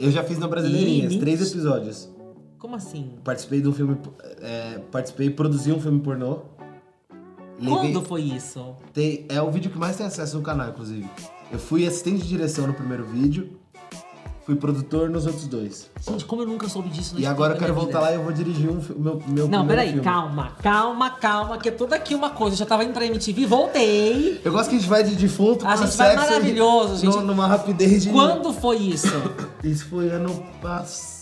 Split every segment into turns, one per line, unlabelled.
Eu já fiz na Brasileirinhas,
Ih,
três
mentira.
episódios.
Como assim?
Participei de um filme. é, participei, produzi um filme pornô. Levei-
Quando foi isso?
Tem- é o vídeo que mais tem acesso no canal, inclusive. Eu fui assistente de direção no primeiro vídeo, fui produtor nos outros dois.
Gente, como eu nunca soube disso na
E agora eu quero
história da minha
voltar
vida.
lá e eu vou dirigir um fi- meu, meu primeiro
Não, peraí,
filme.
calma, calma, calma, que é tudo aqui uma coisa. Eu já tava indo pra MTV, voltei.
Eu gosto que a gente vai de defunto
A
pra
gente vai
sexo e-
maravilhoso,
no-
gente.
Numa rapidez de...
Quando foi isso?
Isso foi ano passado.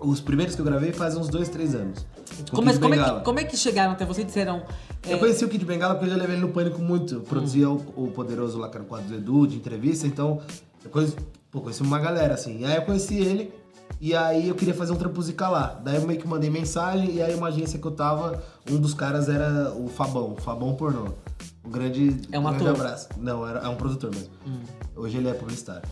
Os primeiros que eu gravei fazem uns dois, três anos. Com
Como, é-
Kid
como é
Bengala.
que, como é que chegaram até você e disseram. é,
Eu conheci o Kid Bengala porque eu já levei ele no Pânico muito. Eu produzia o, o Poderoso lá, que era o quadro do Edu, de entrevista. Então, eu conheci, pô, conheci uma galera, assim. E aí eu conheci ele. E aí eu queria fazer um trampo musical lá. Daí eu meio que mandei mensagem. E aí uma agência que eu tava, um dos caras era o Fabão. o Fabão Pornô. Um grande,
É um
grande
ator? Hum.
abraço. Não, era, é um produtor mesmo. Hoje ele é publicitário.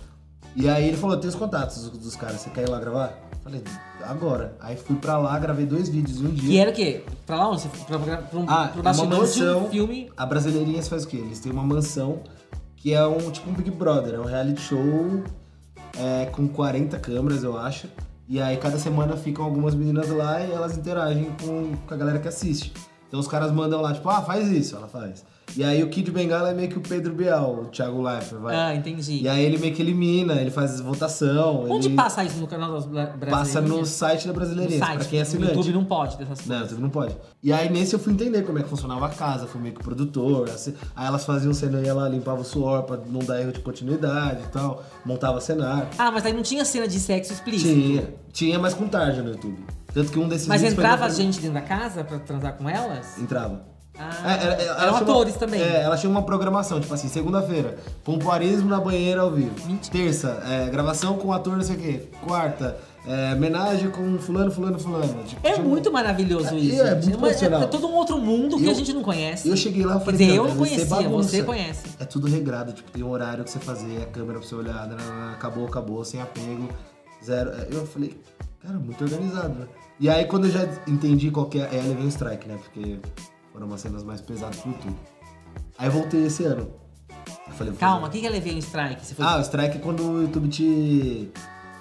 E aí ele falou, tem os contatos dos, dos caras. Você quer ir lá gravar? Falei, agora. Aí fui pra lá, gravei dois vídeos em um dia.
Que era o quê? Pra lá onde? Você foi? Pra, pra, pra um,
Ah,
pro
é uma
bastidor de
mansão.
um filme.
A Brasileirinhas faz o quê? Eles têm uma mansão que é um tipo um Big Brother, é um reality show é, com 40 câmeras, eu acho. E aí cada semana ficam algumas meninas lá e elas interagem com, com a galera que assiste. Então os caras mandam lá, tipo, ah, faz isso, ela faz. E aí o Kid Bengala é meio que o Pedro Bial, o Thiago Leifert, vai.
Ah, entendi.
E aí ele meio que elimina, ele faz votação.
onde
ele
passa isso no canal das Bra- brasileiras?
Passa no site da
No
Brasileirinhas,
site.
pra quem é
no
assinante.
YouTube não pode dessas
Não,
coisas.
YouTube Né, não pode. E aí nesse eu fui entender como é que funcionava a casa, fui meio que produtor. assim. Aí elas faziam cena e ela limpava o suor pra não dar erro de continuidade e tal, montava cenário.
Ah, mas aí não tinha cena de sexo explícito.
Tinha, tinha, mas com tarja no YouTube. Tanto que um desses
Mas
vídeos foi
entrava
meu primeiro-
gente dentro da casa pra transar com elas?
Entrava.
Ah,
É, ela- ela- ela tinha
eram
uma-
atores também.
É, ela tinha uma programação, tipo assim, segunda-feira, pompoarismo na banheira ao vivo.
Mentira.
Terça, é, gravação com ator não sei o quê. Quarta, é, homenagem com fulano, fulano, fulano. Tipo,
É
tinha um-
muito maravilhoso
É,
isso.
é
gente.
muito profissional.
é todo um outro mundo que
Eu-
a gente não conhece.
Eu cheguei lá e
Quer
falei,
dizer,
"Meu,
eu não
deve ser
conhecia, você
é bagunça."
conhece.
É tudo regrado, tipo, tem um horário que você fazer, a câmera pra você olhar, nananã, acabou, acabou, sem apego, zero. É, Eu falei, cara, muito organizado, né? E aí quando eu já entendi qual que é, aí eu levei um strike, né? Porque foram umas cenas mais pesadas pro YouTube. Aí eu voltei esse ano. Eu falei, vou-
Calma, o que que eu levei um strike? Você foi...
Ah, o strike é quando o YouTube te.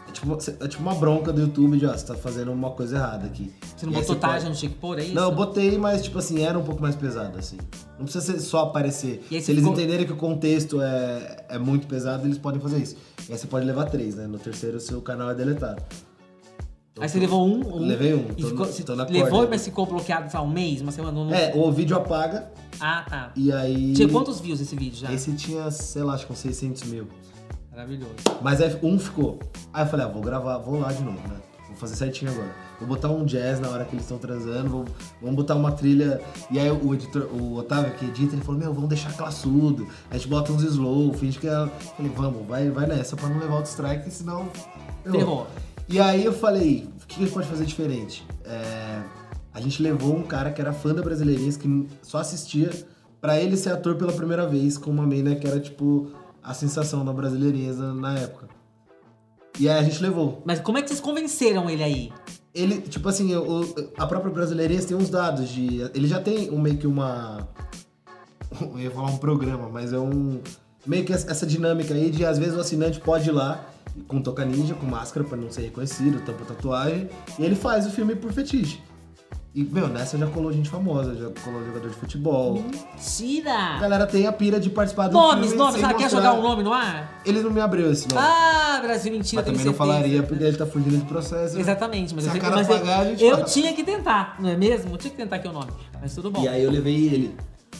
É tipo, é tipo uma bronca do YouTube de, ó, você tá fazendo uma coisa errada aqui.
você não
E aí
botou
pode-
tarja, não tinha que pôr, é isso?
não, eu botei, mas tipo assim, era um pouco mais pesado, assim. Não precisa ser só aparecer.
E aí
Se
você
eles
ficou-
entenderem que o contexto é, é muito pesado, eles podem fazer isso. E aí você pode levar três, né? No terceiro, o seu canal é deletado. Então,
Aí você levou um, um
Levei um,
e
tô
ficou,
no-
você
tô na
levou,
corda.
mas ficou bloqueado há um mês, uma semana, um...
É, o vídeo apaga
Ah, tá.
e aí.
Tinha quantos views esse vídeo já?
Esse tinha, sei lá, acho que uns 600 mil.
Maravilhoso.
Mas aí um ficou. Aí eu falei, ah, vou gravar, vou lá de novo, né? Vou fazer certinho agora. Vou botar um jazz na hora que eles estão transando, vou- vamos botar uma trilha. E aí o editor, o Otávio que edita, ele falou, meu, vamos deixar classudo. A gente bota uns slow, finge que é. Eu Falei, vamos, vai, vai nessa pra não levar outro strike, senão. ferrou."
Ferrou.
E aí eu falei, o que a gente pode fazer diferente? É, a gente levou um cara que era fã da Brasileirinhas, que só assistia, pra ele ser ator pela primeira vez com uma mina que era, tipo, a sensação da Brasileirinhas na- na época. E aí a gente levou.
Mas como é que vocês convenceram ele aí?
Ele, tipo assim, o- a própria Brasileirinhas tem uns dados de... Ele já tem um, meio que uma... Eu ia falar um programa, mas é um... Meio que essa essa dinâmica aí de, às vezes, o assinante pode ir lá com toca ninja, com máscara pra não ser reconhecido, tampa tatuagem, e ele faz o filme por fetiche. E, meu, nessa já colou gente famosa, já colou jogador de futebol. A
Tira!
galera tem a pira de participar do
Nomes,
filme
nomes,
sem
ah, quer
mostrar.
jogar um nome no ar?
Ele não me abriu esse nome.
Ah, Brasil, mentira,
mas
tenho
também não
certeza.
falaria, porque ele tá fugindo de processo. né?
Exatamente, mas
Se
eu,
a
tenho-
cara
mas eu-
apagar, a gente
eu
fala.
tinha que tentar, não é mesmo? Eu tinha que tentar aqui o nome. Mas tudo bom.
E aí eu levei ele.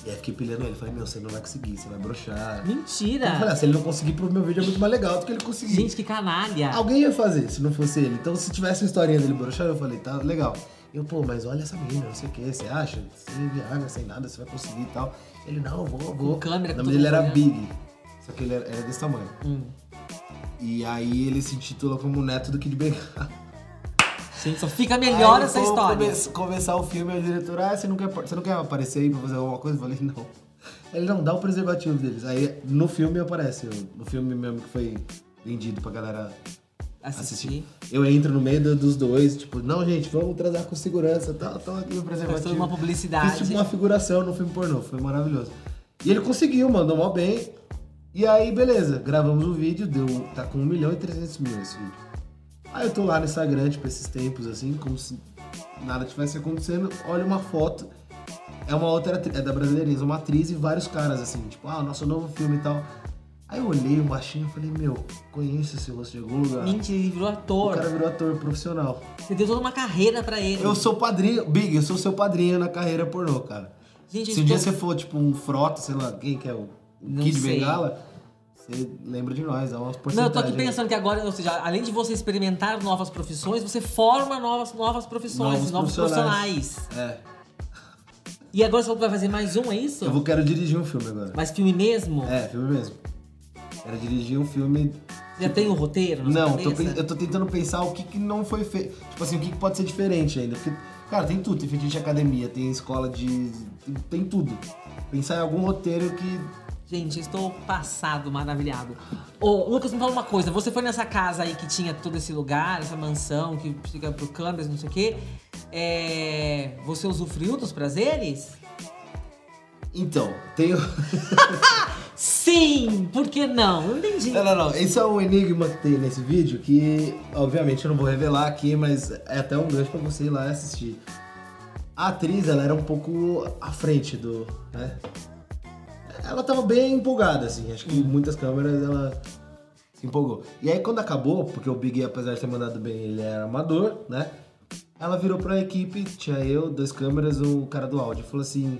E aí fiquei pilhando ele. Falei, meu, você não vai conseguir, você vai broxar. Eu falei,
Mentira!
ah, se ele não conseguir, pro meu vídeo é muito mais legal do que ele conseguir.
Gente, que canalha!
Alguém ia fazer, se não fosse ele. Então, se tivesse uma historinha dele broxando, eu falei, tá legal. Eu, pô, mas olha essa menina, não sei o que, você acha? Sem Viagra, sem nada, você vai conseguir e tal. Ele, não, eu vou, eu vou.
Com câmera,
o
com
nome
todo
dele era
mundo
Big. Só que ele era, era desse tamanho.
Hum.
E aí ele se intitula como o neto do Kid Bengala.
Gente, só fica melhor
Aí,
essa
quando
história.
come- começar o filme, o diretor, ah, você não, quer, você não quer aparecer aí pra fazer alguma coisa? Eu falei, não. Ele, não, dá o preservativo deles. Aí, no filme aparece, eu- no filme mesmo que foi vendido pra galera
Assistir.
assistir. Eu entro no meio do- dos dois, tipo, não, gente, vamos transar com segurança, tal, tal, aqui o
Faz
preservativo.
toda uma publicidade.
Fiz tipo uma figuração no filme pornô, foi maravilhoso. E ele conseguiu, mandou mal um bem. E aí, beleza, gravamos o vídeo, deu, tá com 1 milhão e 300 mil esse vídeo. Aí eu tô lá no Instagram, tipo, esses tempos, assim, como se nada tivesse acontecendo. Olho uma foto, é uma outra, atri- é da Brasileirinha, uma atriz e vários caras, assim, tipo, ah, nosso novo filme e tal. Aí eu olhei um baixinho e falei, meu, conheço esse rosto de algum lugar.
Mentira, ele virou
O
ator.
cara virou ator profissional.
Você deu toda uma carreira pra ele.
Eu sou padrinho, Big, eu sou seu padrinho na carreira pornô, cara.
Gente,
Se
eu
um dia
tô-
você for, tipo, um frota, sei lá, quem que é o
Não
Kid
sei.
Bengala, você lembra de nós, dá umas
Não, eu
porcentagens.
tô aqui
aí.
pensando que agora, ou seja, além de você experimentar novas profissões, você forma novas, novas profissões, novos,
Novos
profissionais.
profissionais. É,
E agora você falou que vai fazer mais um, é isso?
eu vou, quero dirigir um filme agora.
Mas filme mesmo?
É, filme mesmo. Quero dirigir um filme...
Já tem o roteiro? na sua
Não, tô
cabeça?
pen- eu tô tentando pensar o que que não foi feito. Tipo assim, o que que pode ser diferente ainda. Porque, cara, tem tudo. Tem fetiche de academia, tem escola de... Tem, tem tudo. Pensar em algum roteiro que...
Gente, eu estou passado, maravilhado. Ô, Lucas, me fala uma coisa. Você foi nessa casa aí que tinha todo esse lugar, essa mansão que fica pro câmeras, não sei o quê. É, Você usufruiu dos prazeres?
Então, tem...
Sim! Por que não? Eu Não entendi.
Não, não, não. Esse é um enigma que tem nesse vídeo que, obviamente, eu não vou revelar aqui, mas é até um gancho pra você ir lá assistir. A atriz, ela era um pouco à frente do. né? Ela tava bem empolgada, assim. Acho que muitas câmeras ela se empolgou. E aí, quando acabou, porque o Big, apesar de ter mandado bem, ele era amador, né? Ela virou pra equipe, tinha eu, duas câmeras, o cara do áudio. Falou assim: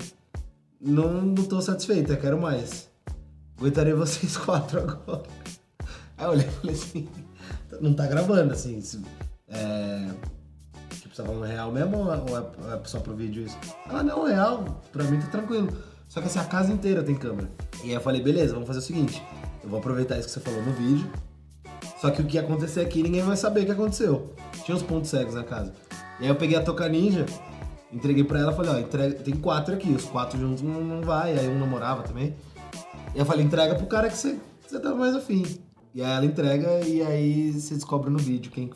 Não, não tô satisfeita, quero mais. Aguentarei vocês quatro agora. Aí eu olhei e falei assim, não tá gravando, assim, se, é, tipo, você tá falando real mesmo ou é, ou é- ou é só pro vídeo isso? Ela, não, um real, pra mim tá tranquilo. Só que assim, a casa inteira tem câmera. E aí eu falei, beleza, vamos fazer o seguinte, eu vou aproveitar isso que você falou no vídeo, só que o que ia acontecer aqui, ninguém vai saber o que aconteceu. Tinha uns pontos cegos na casa. E aí eu peguei a Toca Ninja, entreguei pra ela, falei, ó, entrega, tem quatro aqui, os quatro juntos não, não vai, aí um namorava também. E eu falei, entrega pro cara que você você tá mais afim. E aí ela entrega e aí você descobre no vídeo quem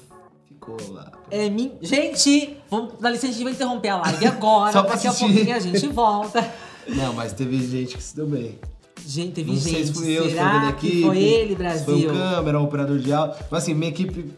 ficou lá.
É, min- Gente, vamos dar licença, a gente vai interromper a live agora.
Só pra
Daqui a
assistir.
pouquinho a gente volta.
Não, mas teve gente que se deu bem.
Gente, teve
Não
gente.
sei se fui eu, se foi
Será
alguém da equipe.
que foi ele,
se Foi
Brasil?
o câmera, o operador de áudio. Mas assim, minha equipe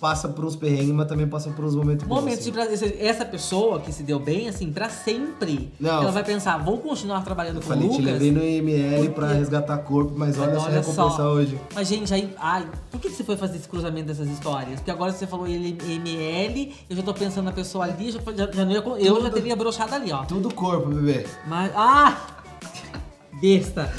passa por uns perrengues, mas também passa por uns momentos bons.
Momentos
assim.
de prazer. Essa pessoa que se deu bem, assim, pra sempre.
Não.
Ela vai pensar, vou continuar trabalhando
Eu
com
falei,
o
te
Lucas.
levei no IML pra
Porque-
resgatar corpo, mas olha, só
Olha só.
a recompensa hoje.
Mas, gente, aí. Ai, por que que você foi fazer esse cruzamento dessas histórias? Porque agora você falou ele- ML, eu já tô pensando na pessoa ali, já, já, já não ia, con- eu já
Tudo.
teria broxado ali, ó.
Tudo corpo, bebê.
Mas. Ah! Besta!